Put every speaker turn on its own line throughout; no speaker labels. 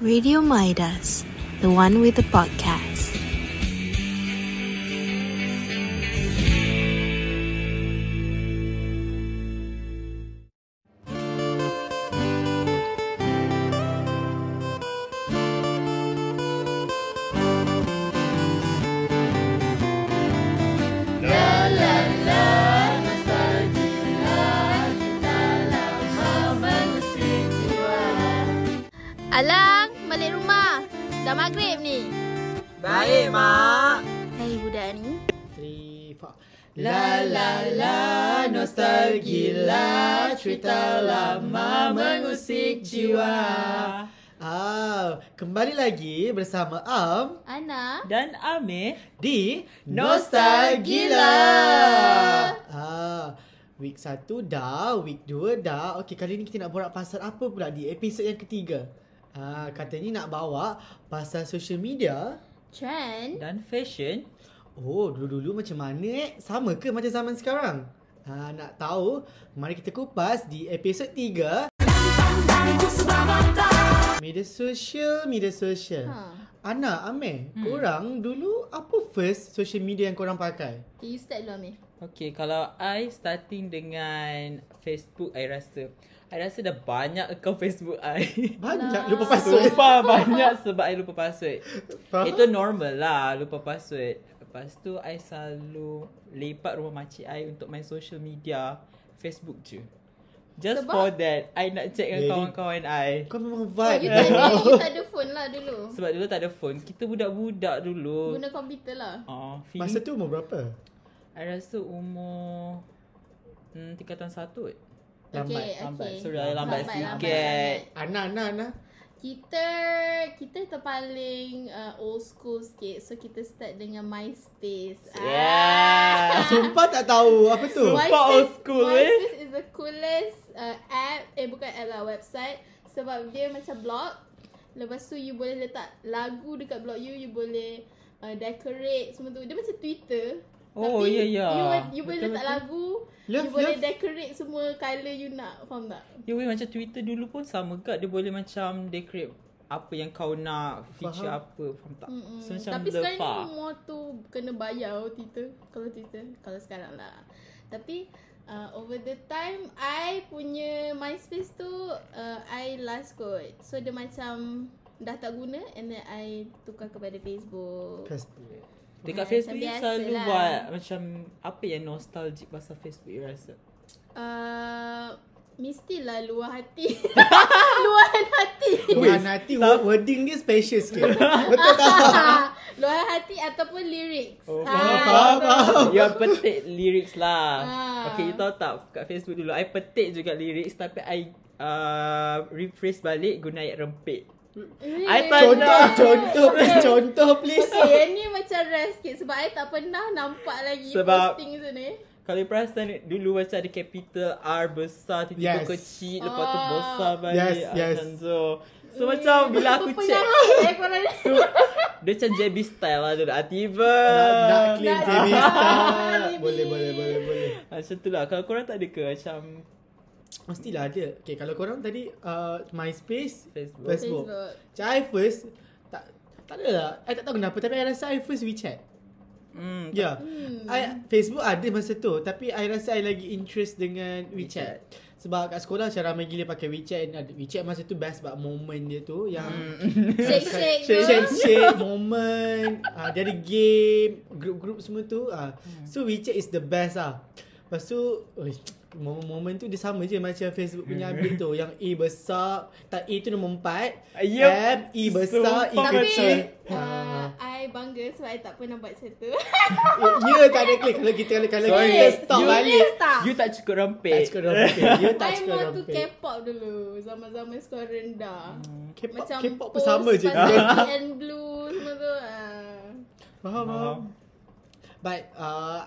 Radio Midas, the one with the podcast.
Alang, balik rumah. Dah maghrib ni.
Baik, Mak.
Hai budak ni.
La la la, nostalgia, Lah, cerita lama mengusik jiwa. Ah, kembali lagi bersama Am
Ana.
dan Amir
di
Nostalgila.
Ah, week 1 dah, week 2 dah. Okey, kali ni kita nak borak pasal apa pula di episod yang ketiga? Ah, katanya nak bawa pasal social media.
Trend.
dan fashion
Oh, dulu-dulu macam mana eh? Sama ke macam zaman sekarang? Ha, nak tahu? Mari kita kupas di episod 3. Media sosial, media sosial.
Ha.
Ha. Ana, Amir, hmm. korang dulu apa first social media yang korang pakai?
Okay, you start dulu Amir.
Okay, kalau I starting dengan Facebook, I rasa I rasa dah banyak account Facebook I
Alah.
Banyak lupa password.
Sumpah banyak sebab I lupa password
Faham?
Itu normal lah lupa password Lepas tu I selalu lepak rumah makcik I untuk main social media Facebook je Just
Sebab?
sebab? for that I nak check
Very-
dengan kawan-kawan I
Kau memang
Oh,
vibe.
you tak
eh.
ada, you tak ada phone lah dulu.
Sebab dulu tak ada phone Kita budak-budak dulu
Guna komputer lah.
Oh,
Masa tu umur berapa?
I rasa umur hmm, tingkatan satu kot.
Lambat,
okay,
lambat.
okay.
Sorry, lambat sikit.
sangat.
Ana, Ana, Ana.
Kita kita terpaling uh, old school sikit. So kita start dengan MySpace.
Yeah.
Ah, Sumpah tak tahu apa tu.
Sumpah. old school, eh.
MySpace is the coolest uh, app Eh bukan app lah Website Sebab dia macam blog Lepas tu you boleh letak lagu dekat blog you You boleh uh, decorate semua tu Dia macam Twitter
Oh,
Tapi
ya, ya.
You, wa- you boleh
Betul,
letak
betul.
lagu
Love,
You boleh
love.
decorate semua colour you nak Faham tak?
Ya weh macam Twitter dulu pun sama kat dia boleh macam decorate apa yang kau nak, feature
Faham.
apa, faham tak?
Mm-mm.
So macam
Tapi sekarang
lepak.
ni more tu kena bayar oh, Twitter Kalau Twitter Kalau sekarang lah Tapi uh, over the time I punya MySpace tu uh, I last kot So dia macam dah tak guna and then I tukar kepada Facebook
Facebook.
Dekat
Ah,
Facebook
macam
ni
biasa
selalu
lah.
buat macam apa yang nostalgic pasal Facebook you rasa.
uh, Mestilah luar hati Luahan hati
Tuhan hati wo- wording dia special sikit. Betul tak?
Luahan hati ataupun lyrics Ah,
Oh, faham,
faham, faham.
Yang petik lyrics lah.
Ah.
Okay, you tahu tak kat Facebook dulu I petik juga lyrics tapi I uh, rephrase balik guna ayat rempit. I
Contoh,
tak nak.
contoh, please, contoh, please.
Okay, yang ni macam rare sikit sebab I tak pernah nampak lagi
Sebab-
posting tu ni.
Kalau you perasan dulu macam ada capital R besar
Yes.
tiba-tiba kecil lepas tu
Ah.
besar balik
Yes,
ah,
yes.
macam tu. So macam bila aku check
Penyakit eh korang ni.
tu dia macam JB style lah tu dah tiba.
Nak, nak claim
Nak
JB
claim.
Star.
JB.
Boleh, boleh, boleh, boleh.
Macam tu lah kalau korang tak ada ke macam
Mestilah ada. Okay, kalau korang tadi uh, MySpace,
Facebook.
Facebook.
Facebook.
Macam I first, tak, tak ada lah. I tak tahu kenapa tapi I rasa I first WeChat.
hmm
Ya. Yeah. I Facebook ada masa tu tapi I rasa I lagi interest dengan WeChat. Sebab kat sekolah saya ramai gila pakai WeChat and ada- WeChat masa tu best sebab moment dia tu yang
Shake shake tu.
Shake shake shake moment ah dia ada game group-group semua tu ah so WeChat is the best ah lepas tu oi, moment-moment tu dia sama je macam Facebook punya update tu yang A besar tak A tu nombor 4
Yup.
M E besar E
Sumpah
Tapi
kecil
uh,
Ah.
I bangga sebab I tak pernah buat macam tu.
Eh, ya tak ada klik kalau kita kalau kalau
Sorry,
kita stop
you-
balik
tak.
You tak cukup rempit.
tak suka rompet you tak
I
suka
more to
rompet
K-pop dulu. Zaman-zaman sekolah rendah.
Hmm. K-pop
Macam
K-pop pun
Pose,
sama je
Spicy and blue semua tu. ah.
Faham, faham.
Faham.
But uh,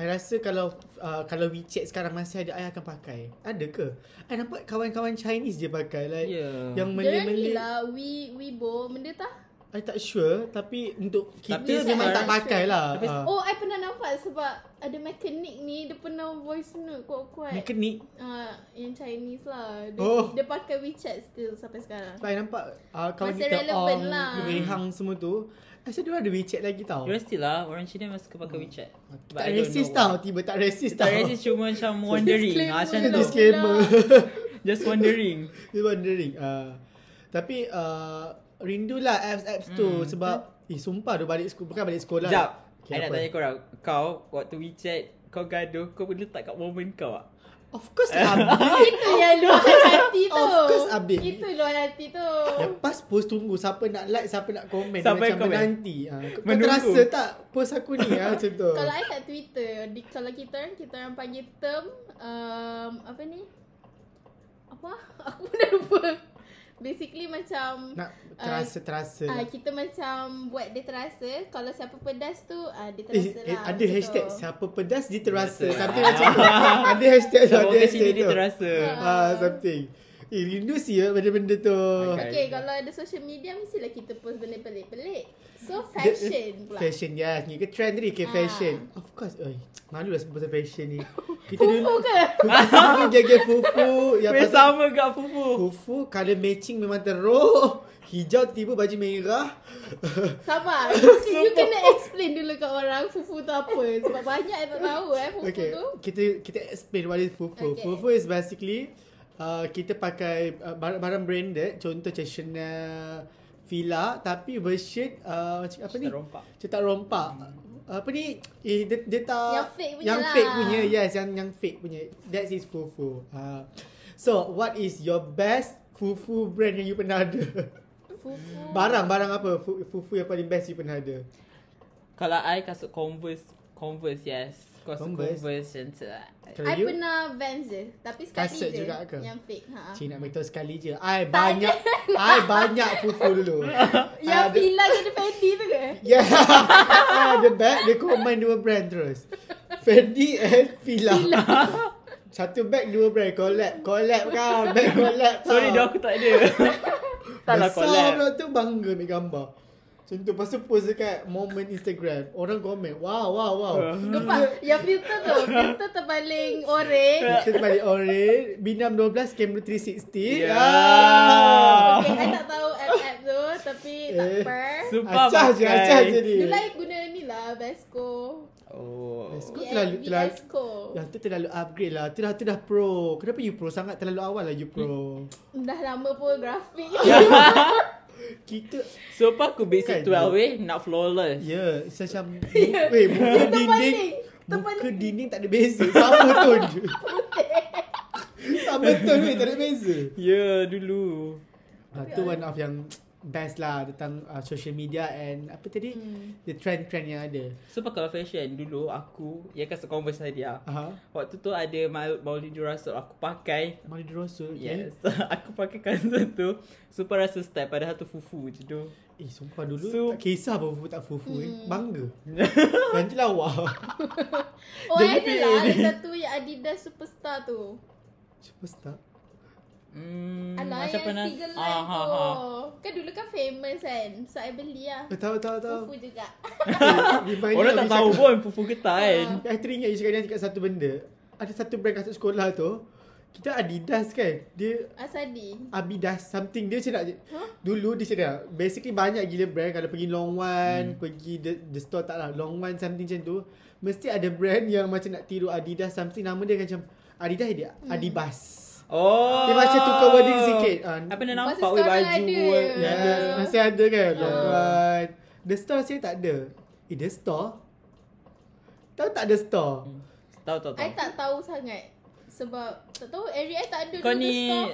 I rasa kalau uh, kalau WeChat sekarang masih ada, I akan pakai. Ada ke? I nampak kawan-kawan Chinese je pakai. Like,
Yeah.
Yang
Dia lah. orang ni
Malay-Malay.
lah we we bo benda tah.
I tak sure tapi untuk kita
Tapi
tapi memang
sekarang-
tak pakai lah.
Tapi-
Ah.
Oh, I pernah nampak sebab ada mekanik ni dia pernah voice note kuat-kuat.
Mekanik
Uh, yang Chinese lah. Dia,
Oh.
oh. dia pakai WeChat still sampai sekarang.
Sebab I nampak uh, kawan
Masih
kita
relevant
Ong,
lah.
Rehang semua tu I rasa dia orang ada WeChat lagi tau
Dia still lah Orang Cina masih suka pakai WeChat But
Hmm. Tak
I don't
resist
know
tau Tiba tak resist
why. Tak
tau
racist cuma macam wondering ah, Macam
Disclaimer
tu
lah.
Disclaimer
Just wondering
Dia wondering uh, Tapi uh, Rindulah apps-apps tu Sebab Eh sumpah Dia balik sekolah Bukan balik sekolah
Hmm. Sekejap
Okay,
I nak
apa?
tanya korang Kau waktu WeChat Kau gaduh Kau boleh letak kat moment kau tak?
Of course update
Itu yang luahan hati tu.
Of course, Abid.
Itu luahan hati tu.
Lepas post tunggu Siapa nak like Siapa nak komen
Siapa yang
Macam
komen?
menanti uh, Kau
Menunggu.
terasa tak Post aku ni uh, Macam tu
Kalau I kat Twitter, di, kalau kita orang, kita orang panggil term, um, apa ni? Apa? Aku pun dah lupa. Basically macam...
Nak terasa-terasa
Ah
uh,
uh, kita macam buat dia terasa kalau siapa pedas tu ah uh, dia
Eh,
terasa
eh,
lah.
ada
macam
hashtag
tu.
siapa pedas dia terasa.
Terasa.
Something macam tu. Ada hashtag tu,
Kalau
ada
kat
hashtag
sini dia
tu.
terasa
Ah, something. Eh, rindu sih ya benda-benda tu.
Okay.
Okay, kalau ada social media mestilah kita post benda pelik-pelik. So
Dia- eh,
fashion pula.
Fashion yes Ni ke trend tadi
Ah.
ke fashion Of course Oi, Malu lah sebut pasal fashion ni Kita
Fufu
dulu
ke?
Kita dulu geng-geng fufu Yang
Weh
Ya, pasal
sama kat Fufu
Fufu Color matching memang teruk Hijau tiba baju merah
Sama. you kena explain dulu kat orang fufu tu apa sebab banyak yang tak tahu eh fufu
Okay
tu.
Kita kita explain what is fufu
Okay.
Fufu is basically uh, Kita pakai uh, barang-barang branded Contoh macam Chanel Fila Tapi version uh, macam Apa ni
Rompak
cetak rompak apa ni eh, dia, dia tak
Yang fake punya
yang
lah.
fake punya yes yang yang fake punya that is fufu uh, so what is your best fufu brand yang you pernah ada
Hmm. Fufu.
barang barang apa Fu- fufu yang paling best you pernah ada
Kalau I kasut Converse Converse yes Kasut
Converse.
Converse Macam tu lah
Kalau
I
you
pernah Vans je Tapi sekali
Kasut
je
juga ke?
Yang fake ha.
Cik nak beritahu sekali je I banyak I banyak fufu dulu Ah,
Yang
Ada-
Fila jadi Fendi tu ke?
Yeah ah, The bag Dia combine dua brand terus Fendi and Fila Satu bag dua brand Collab Collab kau Bag collab kau
Sorry dah aku tak ada Tak lah
Besar
collab
pula tu bangga ambil gambar Macam tu Lepas tu post dekat Moment Instagram Orang komen Wow wow wow
Uh.
Nampak? Yang filter tu Filter terpaling orange
Kita balik orange Binam 12 Camera 360
Yeah.
Ah.
Okay, I tak tahu app-app tu Tapi tak
Eh.
apa
Sumpah
Acah je
pakai.
Acah je ni
Dulu I guna ni lah Vesco
Oh
Let's go. Kau
VS
terlalu- terlalu-
Vesco
Yang tu terlalu upgrade lah Tu dah, tu dah pro Kenapa you pro sangat Terlalu awal lah you pro
Dah lama pun grafik
Ya, Kita
Sumpah aku
Bukan
basic 12 weh Nak flawless
Ya, yeah, macam weh muka dinding.
Tempat
Muka
ni.
dinding tak ada beza. Sama tone je. Sama tone weh, tak ada beza.
Ya dulu
Ha, tu one of yang best lah tentang uh, social media and apa tadi? The trend-trend yang ada.
Sumpah kalau fashion dulu Aku Yang kasut Converse dia
Aha.
Waktu tu ada Maul- Maulidi Rasul Aku pakai
Mari Rasul okay?
Yes Aku pakai kasut tu Super rasa style Padahal tu fufu je tu
Eh sumpah dulu
So-
tak kisah apa fufu tak fufu eh. Bangga. Ganti lawa.
Oh
Dia
I ada
lebih-
lah Ada satu yang Adidas Superstar tu
Superstar.
Hmm,
Alah yang
pernah-
tiga line
Ah, ha,
tu
ha.
Kan dulu kan famous kan So I beli lah
Eh, tahu tahu tahu.
Fufu juga
Remind
Orang
me
tak
of
tahu
Isyaka.
pun fufu getah kan
Ah.
I teringat you cakap dia cakap satu benda. Ada satu brand kasut sekolah tu. Kita Adidas kan. Dia
Asadi
Abidas something dia macam nak huh? dulu dia cakap basically banyak gila brand kalau pergi Long One, hmm. pergi the, the store tak lah Long One something macam tu mesti ada brand yang macam nak tiru Adidas something nama dia macam Adidas dia hmm. Adibas.
Oh
Dia macam tukar wording sikit. Ah,
Apa nak
Masa
nampak weh
sekarang
baju Ya.
ada.
weh.
Yes,
Yeah.
masih ada kan Long One. The store saya tak ada. Eh the store? Tahu tak ada store?
Hmm. Tahu tahu
I
tahu
tak tahu sangat sebab tak tahu area I tak ada
Kau
dulu
ni
stock.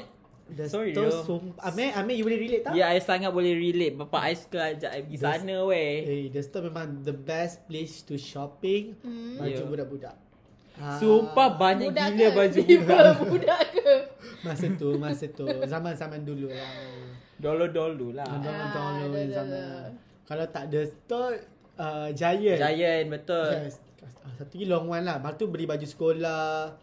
The
Sorry,
store
yo.
sumpah. Amir, Amir you boleh relate tak?
Ya I sangat boleh relate Bapak I suka ajak I pergi
Yes.
sana weh
Eh, the store memang the best place to shopping hmm. baju
Yeah.
budak-budak. Ah,
Sumpah banyak
Budak
gila
ke?
baju
Tiba budak ke?
masa tu, masa tu, zaman-zaman dulu lah.
Dolo-dolo lah
Zaman-zaman
dah,
yang
dah,
sama.
dah.
Kalau tak ada store uh, Giant.
Giant kan, betul
Yes. Ah, Satu lagi long one lah. Lepas tu beli baju sekolah.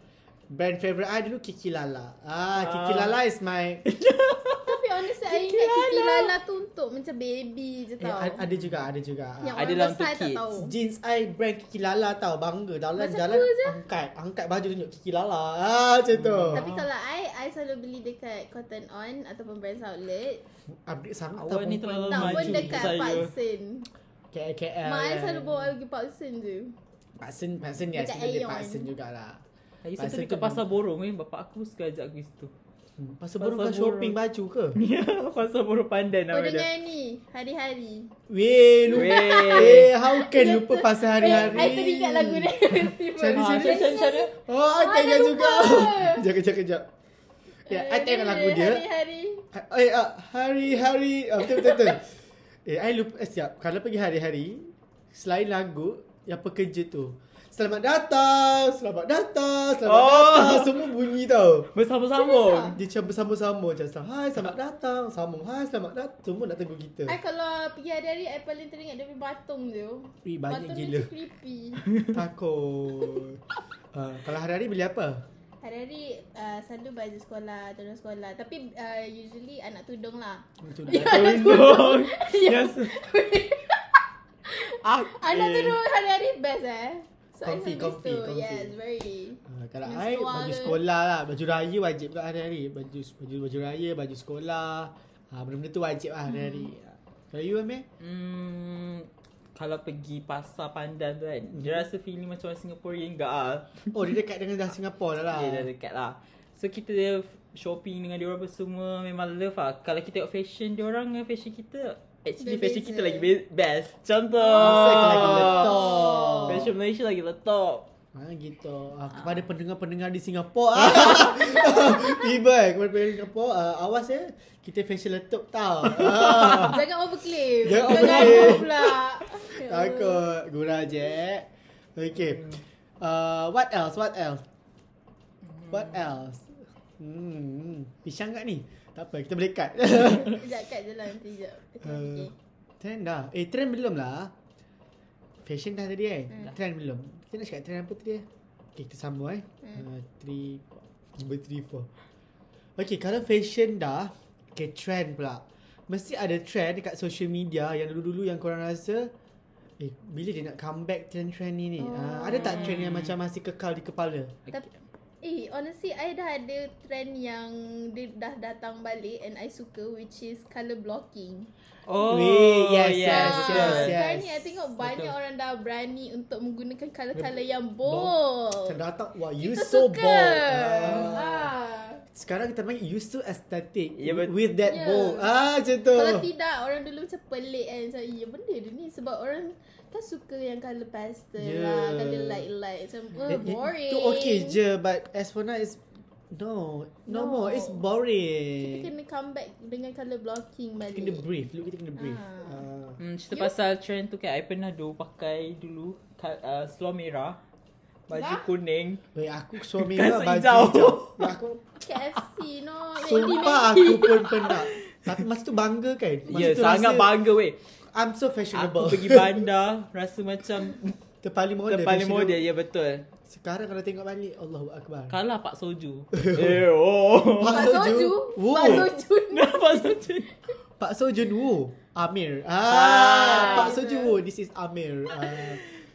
Brand favourite I dulu Kiki Lala. Ah, Kiki
Ah.
Lala is my
Tapi honestly I ingat Kiki Lala,
lah.
Lala tu untuk macam baby je
Eh,
tau.
a- ada juga, ada juga.
Yang
Ah,
Ada
orang besar
lah untuk
tak
kids.
tahu.
Jeans I brand Kiki Lala tau Bangga dalam
Macam
jalan
tu je.
Angkat Angkat baju tunjuk Kiki Lala ah, Macam tu
Tapi kalau I, I selalu beli dekat Cotton On ataupun Brands Outlet.
Update sangat
Awak ni
perempuan
terlalu
Tak pun
Oh, maju
dekat
saya. Ya,
Pak Sen.
KKL
Mak I selalu bawa I pergi Pak Sen je.
Pak Sen Pak Sen ni
Dekat
sebenarnya Pak
Aeon.
Sen jugalah
Lagi
Pasal
satu
tu
dekat pasar borong ni Bapak aku suka ajak aku situ
hmm. Pasal
Pasal
baru kau
borong.
shopping baju ke?
Ya pasar borong pandan
Oh
nama dia
dengan ni, hari-hari.
Weh lupa
Weh
Eh how can lupa pasal hari-hari
Eh, I teringat lagu ni.
Cari
Ah,
sini
Macam mana
Oh I
Ah,
tengok
dah
juga
lupa.
Kejap kejap kejap Ya, I tengok lagu dia
Hari-hari.
Eh, ah, hari-hari ah, Betul, betul, betul Eh, I lupa eh, Siap, kalau pergi hari-hari Selain lagu Yang pekerja tu Selamat datang Selamat datang Selamat
Oh.
oh. datang Semua bunyi tau
Bersambung-sambung
ah?
Dia macam bersambung-sambung Macam sel- Hai, selamat datang Sambung, hai, selamat datang Semua nak tegur kita
I kalau pergi hari-hari, I paling teringat dia punya batong tu.
Ui, banyak
batong dia
gila
macam creepy.
Takut Ah, Kalau hari-hari beli apa?
Hari-hari uh, selalu baju sekolah, tudung sekolah. Tapi uh, usually anak tudung lah.
Untuk
Tolong Yes Ah,
Anak
eh.
tudung hari-hari best eh. So, I
Comfy,
selalu
comfy,
gitu.
comfy.
Yes, very.
Ha, kalau
Baju
I
seluar
baju
ke?
sekolah lah, baju raya wajib kat hari-hari. Baju baju baju raya, baju sekolah. Ha, benda-benda tu wajib lah hari-hari. Ha. Kalau you Amir?
Hmm, kalau pergi pasar pandan tu kan Dia rasa feeling macam orang Singaporean gak lah
Oh, dia dekat dengan dah Singapura dah lah.
Dia dah dekat lah So kita dia shopping dengan dia orang apa semua Memang love lah Kalau kita tengok fashion dia orang dengan fashion kita Actually
Berbeza.
fashion kita lagi be- best Contoh
Masa oh. lagi letak.
Fashion Malaysia lagi letak
Ha, gitu. Ha, kepada pendengar-pendengar di Singapura. ah. Tiba eh, kepada pendengar Singapura. ah, awas eh. Kita facial letup tau. Ah.
Jangan overclaim. Jangan
Jangan overclaim.
aku pula. Ya Allah.
Takut. Gurau je. Okay. Uh, what else? What else? What else? Hmm. Pisang kat ni? Tak apa. Kita boleh cut.
Sekejap kat je lah nanti sekejap.
uh,
Okay.
trend dah. Eh, trend belum lah. Fashion dah tadi eh.
Hmm.
Trend belum. Kita nak cakap trend apa tadi eh? Okay, kita sambung eh.
Hmm.
Uh, three, four. Tiba three, four. Okay, kalau fashion dah. Okay, trend pula. Mesti ada trend dekat social media yang dulu-dulu yang korang rasa Eh, bila dia nak come back trend-trend ni ni? Oh. ada tak trend yang macam masih kekal di kepala?
Tapi Eh honestly I dah ada trend yang dia dah datang balik and I suka which is colour blocking.
Oh
Weh, yes, yes,
Ah,
yes, yes.
Sekarang ni I tengok banyak
Betul.
orang dah berani untuk menggunakan colour-colour yang bold.
Macam datang, wah, you
Kita
so
suka.
bold.
Ah.
Sekarang kita panggil you so aesthetic
Ya,
yeah,
bet-
with that
Ya.
yeah. bowl. Ah, macam tu.
Kalau tidak orang dulu macam pelik kan macam ya benda dia ni sebab orang kan suka yang colour pastel
Ya.
lah, colour light-light macam oh,
It- it-
boring.
Tu okay je but as for now it's no, no,
No.
more. It's
Kita
boring.
kena come back dengan colour blocking
Kita
balik.
kena brief. Look kita kena brief.
Ah.
Ah.
Hmm, cerita
You-
pasal trend tu kan I pernah dulu pakai dulu ka- uh, Seluar merah Baju
Lah.
kuning
Weh, aku suami
Kasut
lah baju
hijau.
hijau. Weh, aku
KFC no.
sumpah aku pun pernah. Tapi masa tu bangga kan? Masa
Ya yeah,
tu
sangat
rasa,
bangga weh
I'm so
Aku
fashionable.
pergi bandar Rasa macam
Terpaling model.
Terpaling
fashionable.
model Ya betul
Sekarang kalau tengok balik, Allahu Akbar.
Kalah Pak Soju Eh oh
Pak Soju.
Woo.
Pak Soju. ni.
Pak Soju
Pak Sojun Woo Amir ah,
Ah.
Pak Sojun Woo This is Amir ah,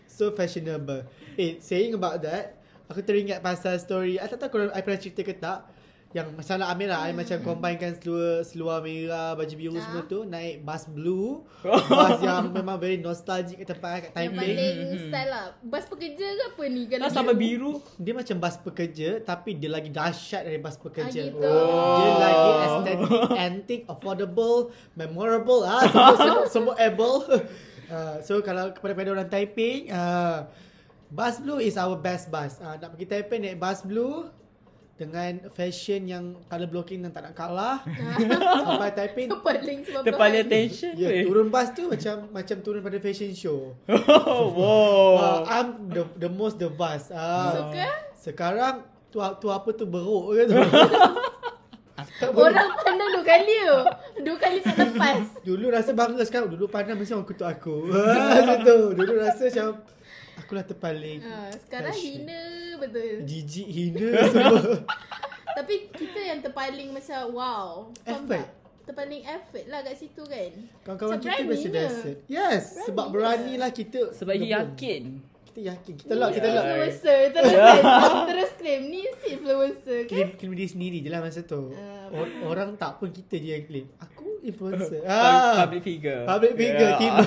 So fashionable Eh saying about that Aku teringat pasal story I tak tahu korang I pernah cerita ke tak Yang masalah Amir lah I macam combinekan seluar Seluar merah Baju biru semua tu Naik bus blue Bus yang memang very nostalgic Kat tempat I, kat
Yang
Taipei
paling style lah. Bas pekerja ke apa ni? Kalau
Dah sama biru
dia macam bas pekerja tapi dia lagi dahsyat dari bas pekerja.
Ah, gitu. Oh.
Dia lagi aesthetic, antique, affordable, memorable ah semua semua, semua able. Uh, so kalau kepada kepada orang Taipei, uh, bus blue is our best bus. Uh, nak pergi Taipei naik bus blue dengan fashion yang color blocking yang tak nak kalah. Sampai Taipei
Terpaling sebab
Terpaling attention
Ya,
weh
turun bas tu macam macam turun pada fashion show.
Oh wow
Uh, I'm the, the most the bus. Ah.
Suka?
Sekarang tu tu apa tu beruk ke tu. Tak boleh.
Orang pandang dua kali tu. Dua kali tak lepas.
Dulu rasa bangga sekarang dulu pandang macam orang kutuk aku. Ah, Macam tu. Dulu rasa macam aku lah terpaling.
Ah, sekarang
Fashion.
hina betul.
Jijik hina semua.
Tapi kita yang terpaling macam wow. Faham
Effort.
tak? terpaling effort lah kat situ kan.
Kawan-kawan
Macam
kita mesti
beraninya.
desperate. Yes, berani sebab beranilah kita.
Sebab dia yakin.
Kita yakin. Kita lock, kita lock.
Influencer terus claim, terus claim ni si influencer kan.
Claim, claim diri sendiri je lah masa tu.
Ah.
Or, orang tak pun kita je yang claim. Aku influencer.
Ah.
ah,
Public figure. Ya.
public figure.
Yeah.
Tiba.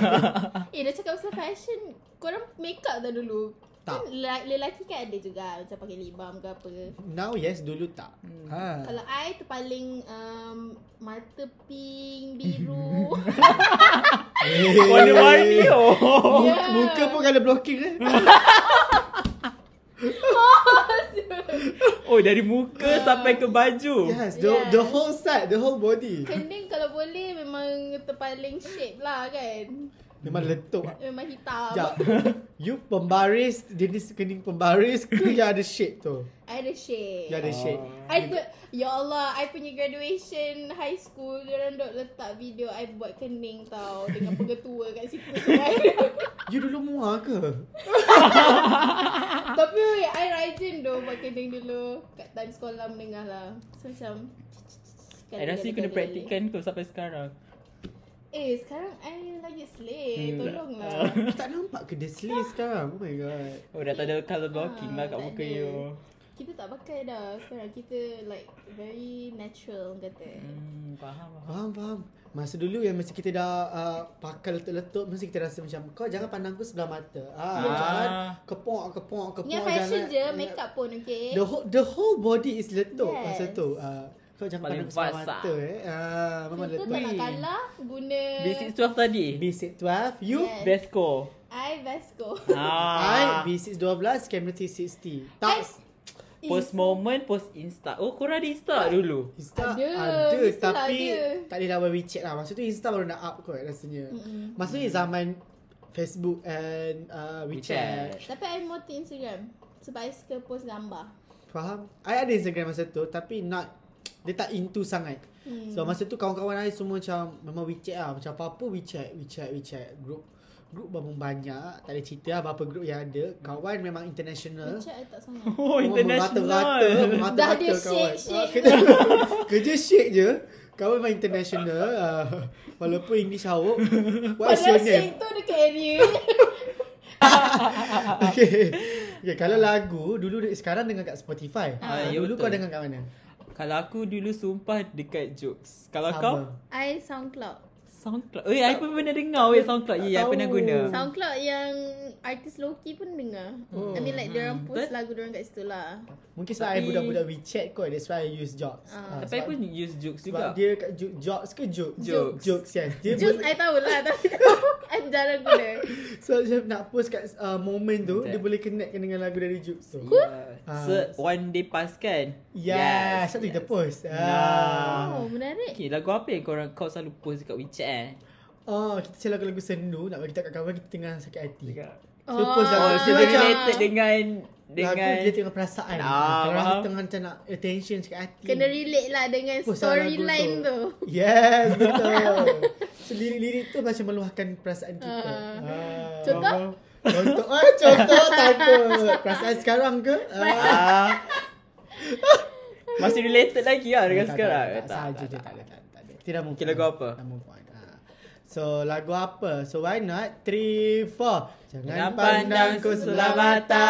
Eh dah cakap pasal fashion Korang make up dah dulu
Tak.
Kan lelaki, lelaki kan ada juga Macam pakai lip balm ke apa ke
Now yes, dulu tak. Ha.
Hmm. Kalau I terpaling um, Mata pink Biru
Eh.
Warna-warni oh.
Muka,
Yeah. Hmm.
muka pun kalau blocking eh.
Oh dari
Ah.
muka sampai ke baju.
Yes, the, the whole side, the whole body.
Kening kalau boleh Memang terpaling shape lah kan
Memang letup.
Memang hitam
Sekejap. You pembaris, jenis kening pembaris ke yang ada shape tu?
I ada shape
Yang ada shape.
I tu, ya Allah, I punya graduation high school Diorang duk letak video I buat kening tau Dengan pengetua kat situ
You dulu muar ke?
Tapi I rajin doh buat kending dulu Kat time sekolah menengah lah So macam
I rasa you
kali-kali.
kena praktikkan tu sampai sekarang.
Eh sekarang I lagi slay
Hmm.
Tolonglah
Tak nampak ke dia slay sekarang? Oh my god.
Oh dah tak ada colour blocking lah
Ah,
kat
tak
muka
ada.
you.
Kita tak pakai dah sekarang Kita like very natural orang kata
Hmm, faham faham.
Faham, faham. Masa dulu yang masa kita dah uh, pakai letup-letup Mesti kita rasa macam Kau jangan pandang aku sebelah mata ah,
Ya.
Jangan kepok, kepok, kepok
Ingat fashion
jangan,
je, make up pun okay
the whole, the whole body is letup yes.
Yes.
Masa tu uh, Kau jangan
Paling
pandang aku sebelah
vast lah.
mata eh. ah, Memang
Filter
letup
tak nak kalah Guna
Basic 12 tadi.
B612 You
Yes.
Best score.
I Vasco
I
Ah.
B612 Camera T60 Tak
I-
Post moment, post Insta. Oh, korang ada Insta dulu?
Insta
Ada,
ada,
Insta lah
Tapi
ada.
tak boleh lawan WeChat lah Masa tu Insta baru nak up kot rasanya
Mm-mm.
Masa
Mm.
ni zaman Facebook and uh, WeChat.
WeChat.
Tapi I more to Instagram Sebab I suka post gambar
Faham? I ada Instagram masa tu tapi not dia tak into sangat.
Hmm.
Hmm. So masa tu kawan-kawan I semua macam memang WeChat lah. Macam apa-apa WeChat, WeChat, WeChat. Group group memang banyak. Tak ada cerita lah berapa group yang ada. Kawan memang international.
Macam I tak sangat
Memang
Oh, international.
merata-rata,
Dah dia
merata-rata kawan.
shake, shake.
Ah, kerja, kerja shake je. Kawan memang international. Uh, walaupun English hawak. What's your
Padahal
name?
Syed tu dekat area
okay. okay. Kalau lagu dulu sekarang dengar kat Spotify.
Ah, ya,
dulu kau
betul.
dengar kat mana?
Kalau aku dulu sumpah dekat jokes. Kalau
Sama.
kau
I SoundCloud
SoundCloud. Eh, I pun pernah dengar weh SoundCloud.
tak
Ya, yeah, I
tahu.
pernah guna.
SoundCloud yang artis Loki pun dengar
Oh.
I mean like diorang
Hmm.
post
But-
lagu diorang kat situ lah
Mungkin sebab I
Tapi-
budak-budak WeChat kot That's why I use Jobs
Ah.
uh,
Tapi I pun use jokes
Sebab
juga.
dia kat Ju- Jobs ke Jokes?
Jokes.
Jokes yes dia
Just
boleh,
I tahu lah tapi I jarang guna
So macam nak post kat uh, moment tu
eh. Betul.
Dia boleh connectkan dengan lagu dari Jokes tu
Yeah.
Ah.
So, Uh, one day pass kan?
Yes, yes. Satu Ya, kita post Ah.
Nah.
nah.
Ah.
Oh menarik
Okay, lagu apa yang korang, kau selalu post dekat WeChat eh?
Oh kita cakap lagu-lagu sendu Nak bagi tak kat kawan kita tengah sakit hati
Oh,
post dah,
Oh, so dia
macam-
related dengan dengan
Lagu dia tengah perasaan
Ah,
ah, Kalau
faham.
kita tengah macam nak attention sakit hati
Kena relate lah dengan
Post lah lagu
storyline
tu.
tu
Yes betul So lirik-lirik tu macam meluahkan perasaan kita
Ah.
Ah.
Contoh?
Contoh ah, Contoh takut Perasaan sekarang ke? Ah.
Ah. Masih related lagi lah dengan
Tak, tak,
sekarang.
Tak, tak, saja je tak ada tak, tak ada. Tidak mungkin
lagu apa?
Tak mungkin Ah. So lagu apa? So why not 3, 4
Jangan
Jangan
pandang
pandang
ku
ku
sebelah
sebelah mata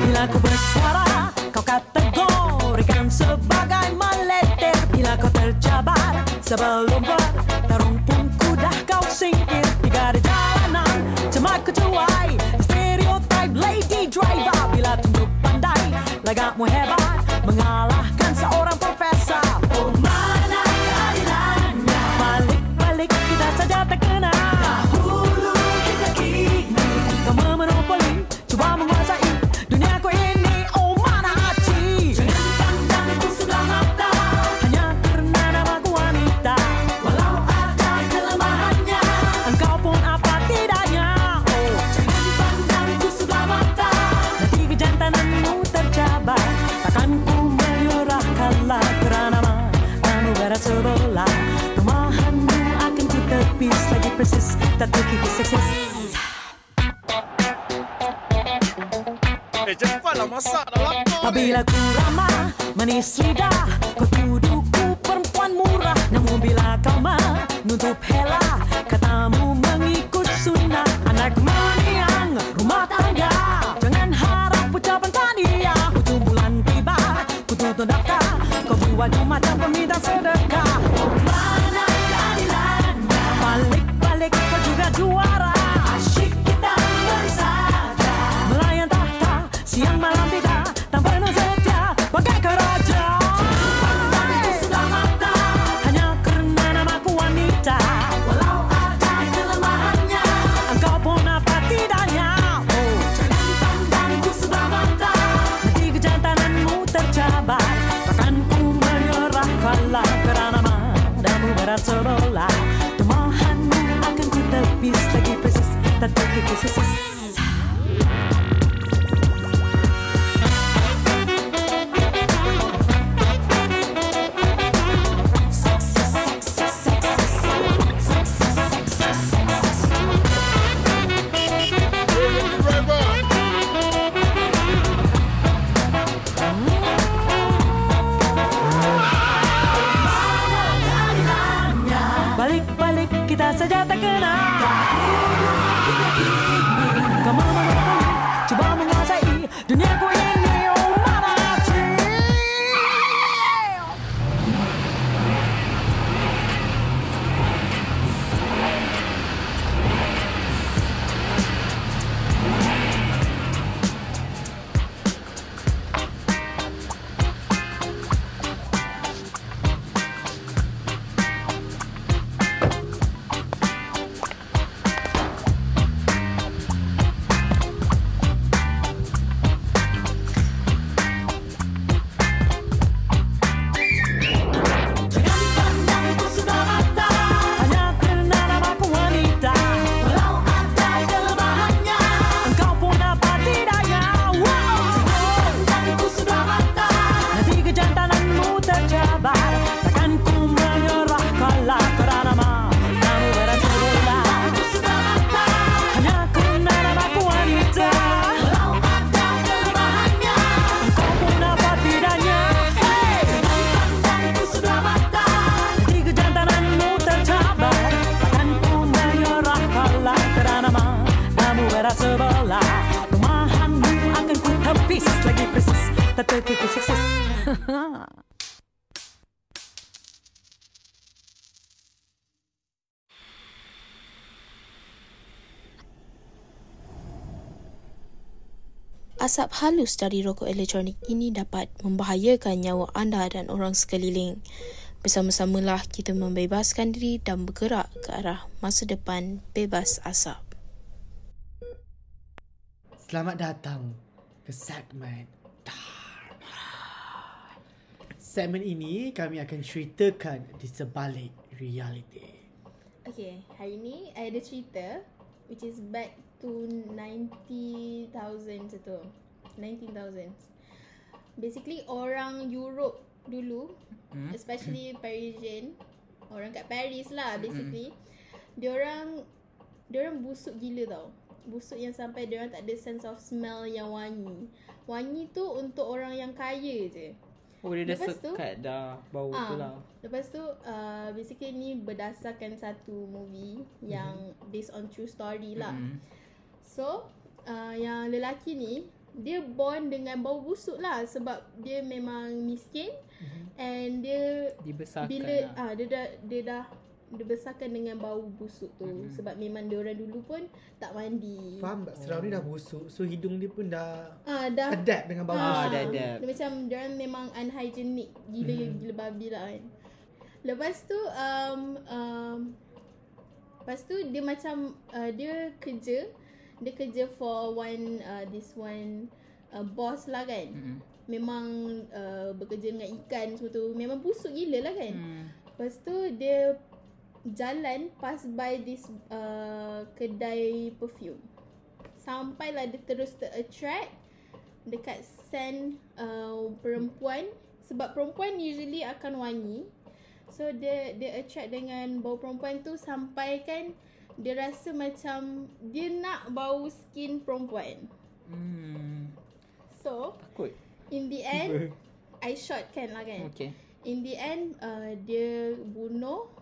Bila ku bersuara, kau kategorikan sebagai meletir Bila kau tercabar, sebelum bertarung pun ku dah kau singkir Tiga di jalanan, cemak kecuai Stereotype lady driver Bila tunduk pandai, lagakmu hebat Mengalahkan seorang profesor Oh mana keadilannya Balik-balik kita saja terkena Dahulu kita kini Kau memonopoli, cuba menguasai dunia ku ini Oh mana aci Jangan pandangku sebelah mata Hanya karena namaku wanita Walau ada kelemahannya Engkau pun apa tidaknya Oh Jangan pandangku sebelah mata Nanti kejantananmu ter sukses Tak terkikis sukses
Eh cepatlah masak dah lapar ni.
Apabila ku ramah, manis lidah Kau tuduh ku perempuan murah Namun bila kau menutup hela Katamu mengikut sunnah Anak maniang rumah tangga Jangan harap ucapan tania Hujung bulan tiba, ku tuntut daftar Kau buat ku macam peminta sedekah Oh, Mana keadilan Balik-balik kau juga juara Asyik kita bersaja Melayan tahta Siang malam tidak Tak pernah setia Bagai keraja Hanya kerana namaku wanita Walau ada kelemahannya Engkau pun apa tidaknya Oh Jangan pandangku sebelah mata Nanti kejantananmu tercabar Takkan ku menyerah kalah Kerana madamu berat sebelah Demahanmu akan ku tepis Lagi persis tak terkikis sesis
Driver.
Balik-balik kita saja tak kenal Kau mau menguasai, Cuba menguasai dunia ku ini Oh mana cik? Jangan pandang itu sebelah mata Hanya kerana namaku wanita Walau ada kelemahannya Engkau pun apa tidaknya Wow Pandang itu sebelah mata Nanti kejantananmu terjabar Takkan ku menyerah kalah Kerana matamu berat sebelah Hanya kerana namaku wanita Walau ada kelemahannya Engkau pun apa tidaknya Hey pandangku sebelah mata Di kejantananmu tercabar Takkan ku menyerah kalah Kerana matamu berat sebelah Rumahanmu akan ku tepis Lagi persis tak terkikis sukses
Asap halus dari rokok elektronik ini dapat membahayakan nyawa anda dan orang sekeliling. Bersama-samalah kita membebaskan diri dan bergerak ke arah masa depan bebas asap.
Selamat datang ke segmen Dharma. Segmen ini kami akan ceritakan di sebalik realiti.
Okay, hari ni I ada cerita which is back to 90,000 tu. 19,000. Basically orang Europe dulu, hmm? especially Parisian, orang kat Paris lah
Hmm,
basically. Diorang diorang busuk gila tau. Busuk yang sampai diorang tak ada sense of smell yang wangi. Wangi tu untuk orang yang kaya je.
Oh dia dah
Lepas tu-
sekat dah bau tu
Ah,
lah.
Lepas tu uh, basically ni berdasarkan satu movie yang
Mhm.
based on true story lah.
Mm.
So uh, yang lelaki ni dia born dengan bau busuk lah sebab dia memang miskin and dia
Dibesarkan
bila
Mhm. lah.
ah dia dah dia dah dibesarkan dengan bau busuk tu
Mhm.
sebab memang dia orang dulu pun tak mandi.
Faham tak? Serau ni dah busuk. So hidung dia pun dah
Ah dah
adapt dengan bau
Ah,
busuk.
dah
Ah,
adapt.
Dia macam dia orang memang unhygienic gila hmm. gila babi lah kan. Lepas tu um, um, lepas tu dia macam uh, dia kerja dia kerja for one uh, this one uh, boss lah kan. Hmm. Memang uh, bekerja dengan ikan semua tu memang busuk gila lah kan. Hmm. Lepas tu dia jalan pass by this uh, kedai perfume. Sampailah dia terus ter-attract dekat scent uh, perempuan sebab perempuan usually akan wangi. So dia dia attract dengan bau perempuan tu sampai kan dia rasa macam dia nak bau skin perempuan.
Hmm.
So,
Takut.
in the end I shot kan lah kan.
Okay.
In the end uh, dia bunuh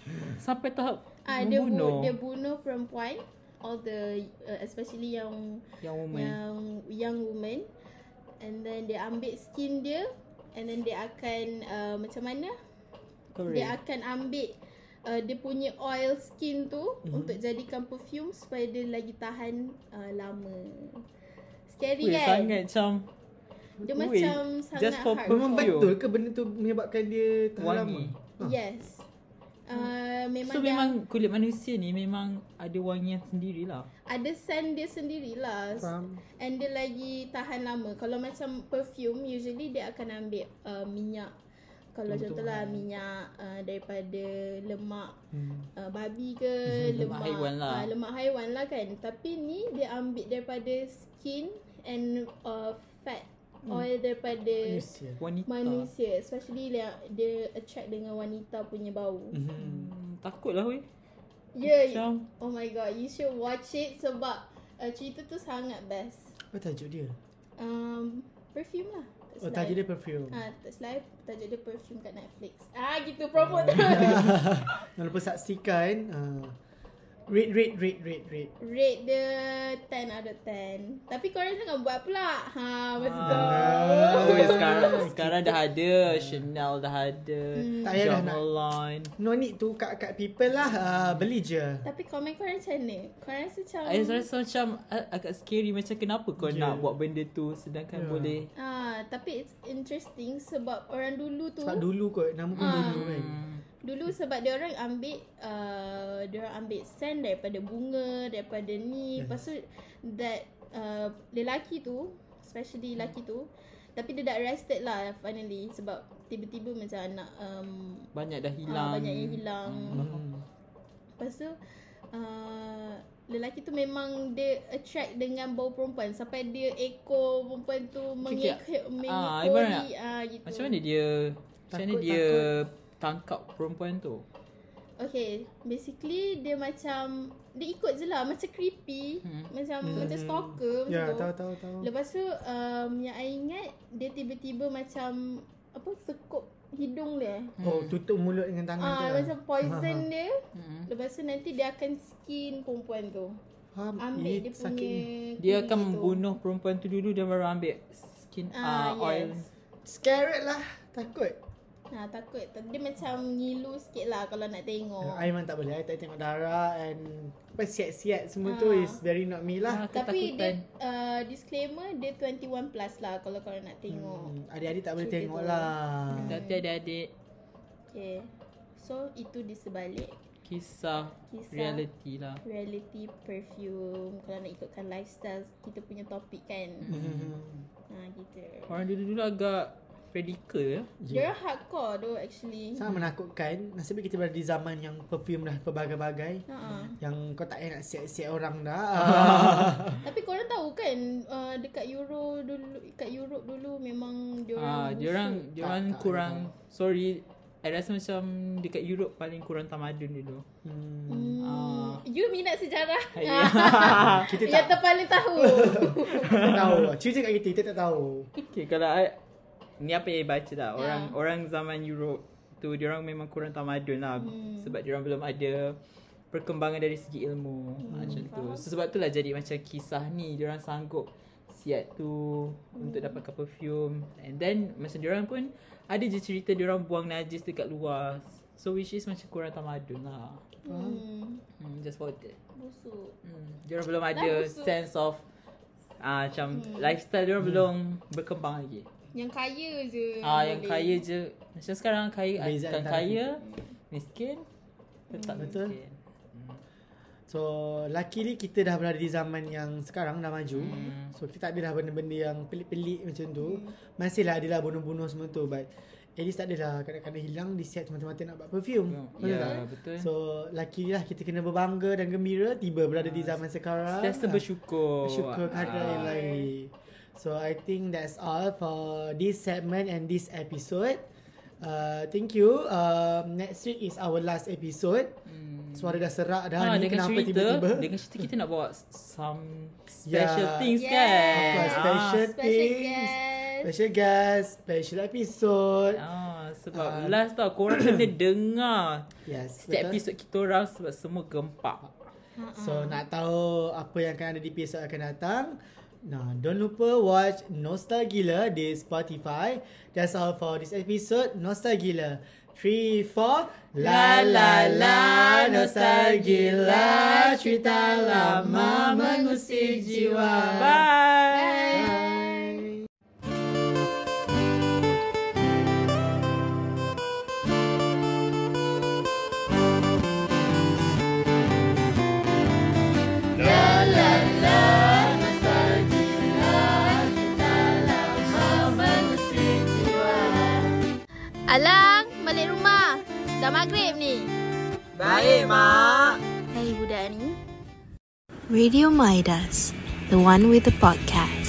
Hmm. Sampai tahap
ah dia bu- dia bunuh perempuan all the uh, especially yang
yang woman.
yang young woman and then dia ambil skin dia and then dia akan uh, macam mana
Correct.
dia akan ambil uh, dia punya oil skin tu
Mhm.
mm-hmm. untuk jadikan perfume supaya dia lagi tahan uh, lama scary
Weh,
kan
sangat macam
dia
Weh,
macam sangat
just for
hard
Memang
Fuck you.
betul ke benda tu menyebabkan dia tahan lama?
wangi.
yes uh, memang
So
dia
memang kulit manusia ni memang ada wangian lah. sendirilah.
ada scent dia sendirilah
Faham.
And dia lagi tahan lama Kalau macam perfume Usually dia akan ambil uh, minyak Kalau contohlah minyak uh, Daripada lemak hmm. uh, Babi ke
lemak haiwan lah.
uh, Lemak haiwan lah kan Tapi ni dia ambil daripada skin And uh, fat
Hmm.
Oil daripada
Manusia.
Wanita.
manusia Especially dia, dia attract dengan wanita punya bau
Mhm.
Hmm, takutlah weh.
Ya yeah,
Macam-
Oh my god You should watch it Sebab uh, cerita tu sangat best
Apa tajuk dia?
um, perfume lah.
Oh, tajuk dia perfume.
Ah, tak selain tajuk dia perfume kat Netflix. Ah, gitu promote
Oh.
terus.
Jangan lupa saksikan. Uh, rate, rate, rate, rate, rate.
Rate dia 10 out of 10. Tapi korang jangan buat pula. Ha, masa tu.
Oh, sekarang sekarang dah ada Chanel dah ada.
Hmm.
Tak payah dah
Hmm. John
nak.
Holland.
No need to kat-kat people lah. Uh, beli je.
Tapi komen korang macam mana? Korang rasa macam...
I rasa macam ah, agak scary macam kenapa kau
Yeah.
nak buat benda tu
Yeah.
sedangkan boleh
Ah, tapi it's interesting sebab orang dulu tu
Sebab dulu kot. Nama
Ah.
pun dulu kan.
Dulu sebab dia orang ambil uh, dia orang ambil sand daripada bunga, daripada
Hmm.
ni. Lepas tu that uh, lelaki tu, especially lelaki tu, tapi dia dah arrested lah finally sebab tiba-tiba macam anak um,
banyak dah
hilang.
hilang. Hmm.
banyak yang hilang.
Hmm.
Lepas tu uh, lelaki tu memang dia attract dengan bau perempuan sampai dia ekor perempuan tu
Okay,
mengikut
ah,
mengikori
ibarat-
ah gitu.
Macam mana dia macam mana
Takut,
dia tangkap perempuan tu?
Okay, basically dia macam dia ikut je lah macam creepy, hmm. macam hmm. macam stalker macam
Ya,
tu.
tahu, tahu, tahu.
Lepas tu um, yang I ingat dia tiba-tiba macam apa sekup hidung dia.
Oh, tutup mulut dengan tangan tu
Ah
lah.
macam poison dia.
Hmm.
Lepas tu nanti dia akan skin perempuan tu.
Faham?
Ambil
Eh,
dia punya
sakitnya.
Dia akan
kulit tu.
membunuh perempuan tu dulu dan baru ambil skin
Ah,
ah, oil.
yes.
Scared lah. Takut.
Ha takut tapi dia macam ngilu sikit lah kalau nak tengok.
Ya, I memang tak boleh. I tak tengok darah and apa siat-siat semua tu
Ah.
is very not me lah.
Ah,
Tapi
ketakutan.
dia uh, disclaimer dia 21 plus lah kalau korang nak tengok.
Hmm, Adik-adik tak boleh
Cerita
tengok
tu.
lah.
Tapi ada adik
Okay. So itu di sebalik
kisah,
Kisah.
reality lah.
reality perfume kalau nak ikutkan lifestyle kita punya topik kan. Mm-hmm.
Hmm.
Ha gitu.
Orang dulu-dulu agak radical ya.
Dia hardcore tu actually.
Sangat menakutkan. Nasib baik kita berada di zaman yang perfume dah pelbagai-bagai.
Ha.
Yang kau tak payah nak siat-siat orang dah.
Tapi korang tahu kan uh, dekat Euro dulu dekat Europe dulu memang dia orang
Ah,
busuk.
dia orang dia orang
tak ada
kurang sorry. I rasa macam dekat Europe paling kurang tamadun dulu.
hmm.
Hmm,
Ah.
You minat sejarah Ah,
Ya.
Kita
Yang
tak,
terpaling tahu
tak tahu. Cerita kat kita, kita tak tahu.
Okay, kalau I, ni apa yang I baca lah. Orang
Ah.
orang zaman Europe tu dia orang memang kurang tamadun lah hmm. sebab dia orang belum ada perkembangan dari segi ilmu hmm. macam tu. So, sebab tu lah jadi macam kisah ni dia orang sanggup siat tu hmm. untuk dapatkan perfume and then macam dia orang pun ada je cerita dia orang buang najis dekat luar. So which is macam kurang tamadun lah.
hmm,
Hmm, just for that.
Busuk
Hmm. Dia orang belum ada sense of uh, macam lifestyle dia orang hmm. belum berkembang lagi.
Yang kaya je
Ah yang
boleh.
kaya je. Macam sekarang kaya
Beza
Bezaan
antara Hmm.
kaya, miskin, tetap
Betul.
miskin.
So luckily kita dah berada di zaman yang sekarang dah maju. Hmm. So kita tak adalah benda-benda yang pelik-pelik macam tu. Hmm. Masihlah adalah bunuh-bunuh semua tu but at least tak adalah kadang-kadang hilang di set mata-mata nak buat perfume. Betul
Ya,
tak?
betul.
So luckily lah kita kena berbangga dan gembira tiba berada di zaman sekarang.
Sentiasa bersyukur.
Syukur kepada
Ah.
Ilahi. So I think that's all for this segment and this episode. Uh, thank you. Um, next week is our last episode.
Hmm.
Suara dah serak dah
Ha,
ni
dengan
kenapa
cerita,
tiba-tiba
dengan cerita kita nak bawa s- some
Ya.
special things
Yes.
kan.
Of
course,
Ah.
special
Special
things.
guest.
Special guest, special episode.
Ah, sebab
Ah.
last tau korang kena dengar
Yes,
setiap
betul.
episod kita orang sebab semua gempak.
So nak tahu apa yang akan ada di episod akan datang Nah, don't lupa watch Nostal Gila di Spotify. That's all for this episode. Nostal Gila. 3, 4. La la la, Nostal Gila. Cerita lama mengusir jiwa.
Bye.
Bye.
Alang, balik rumah. Dah maghrib ni.
Baik, Mak.
Hai budak ni.
Radio Midas, the one with the podcast.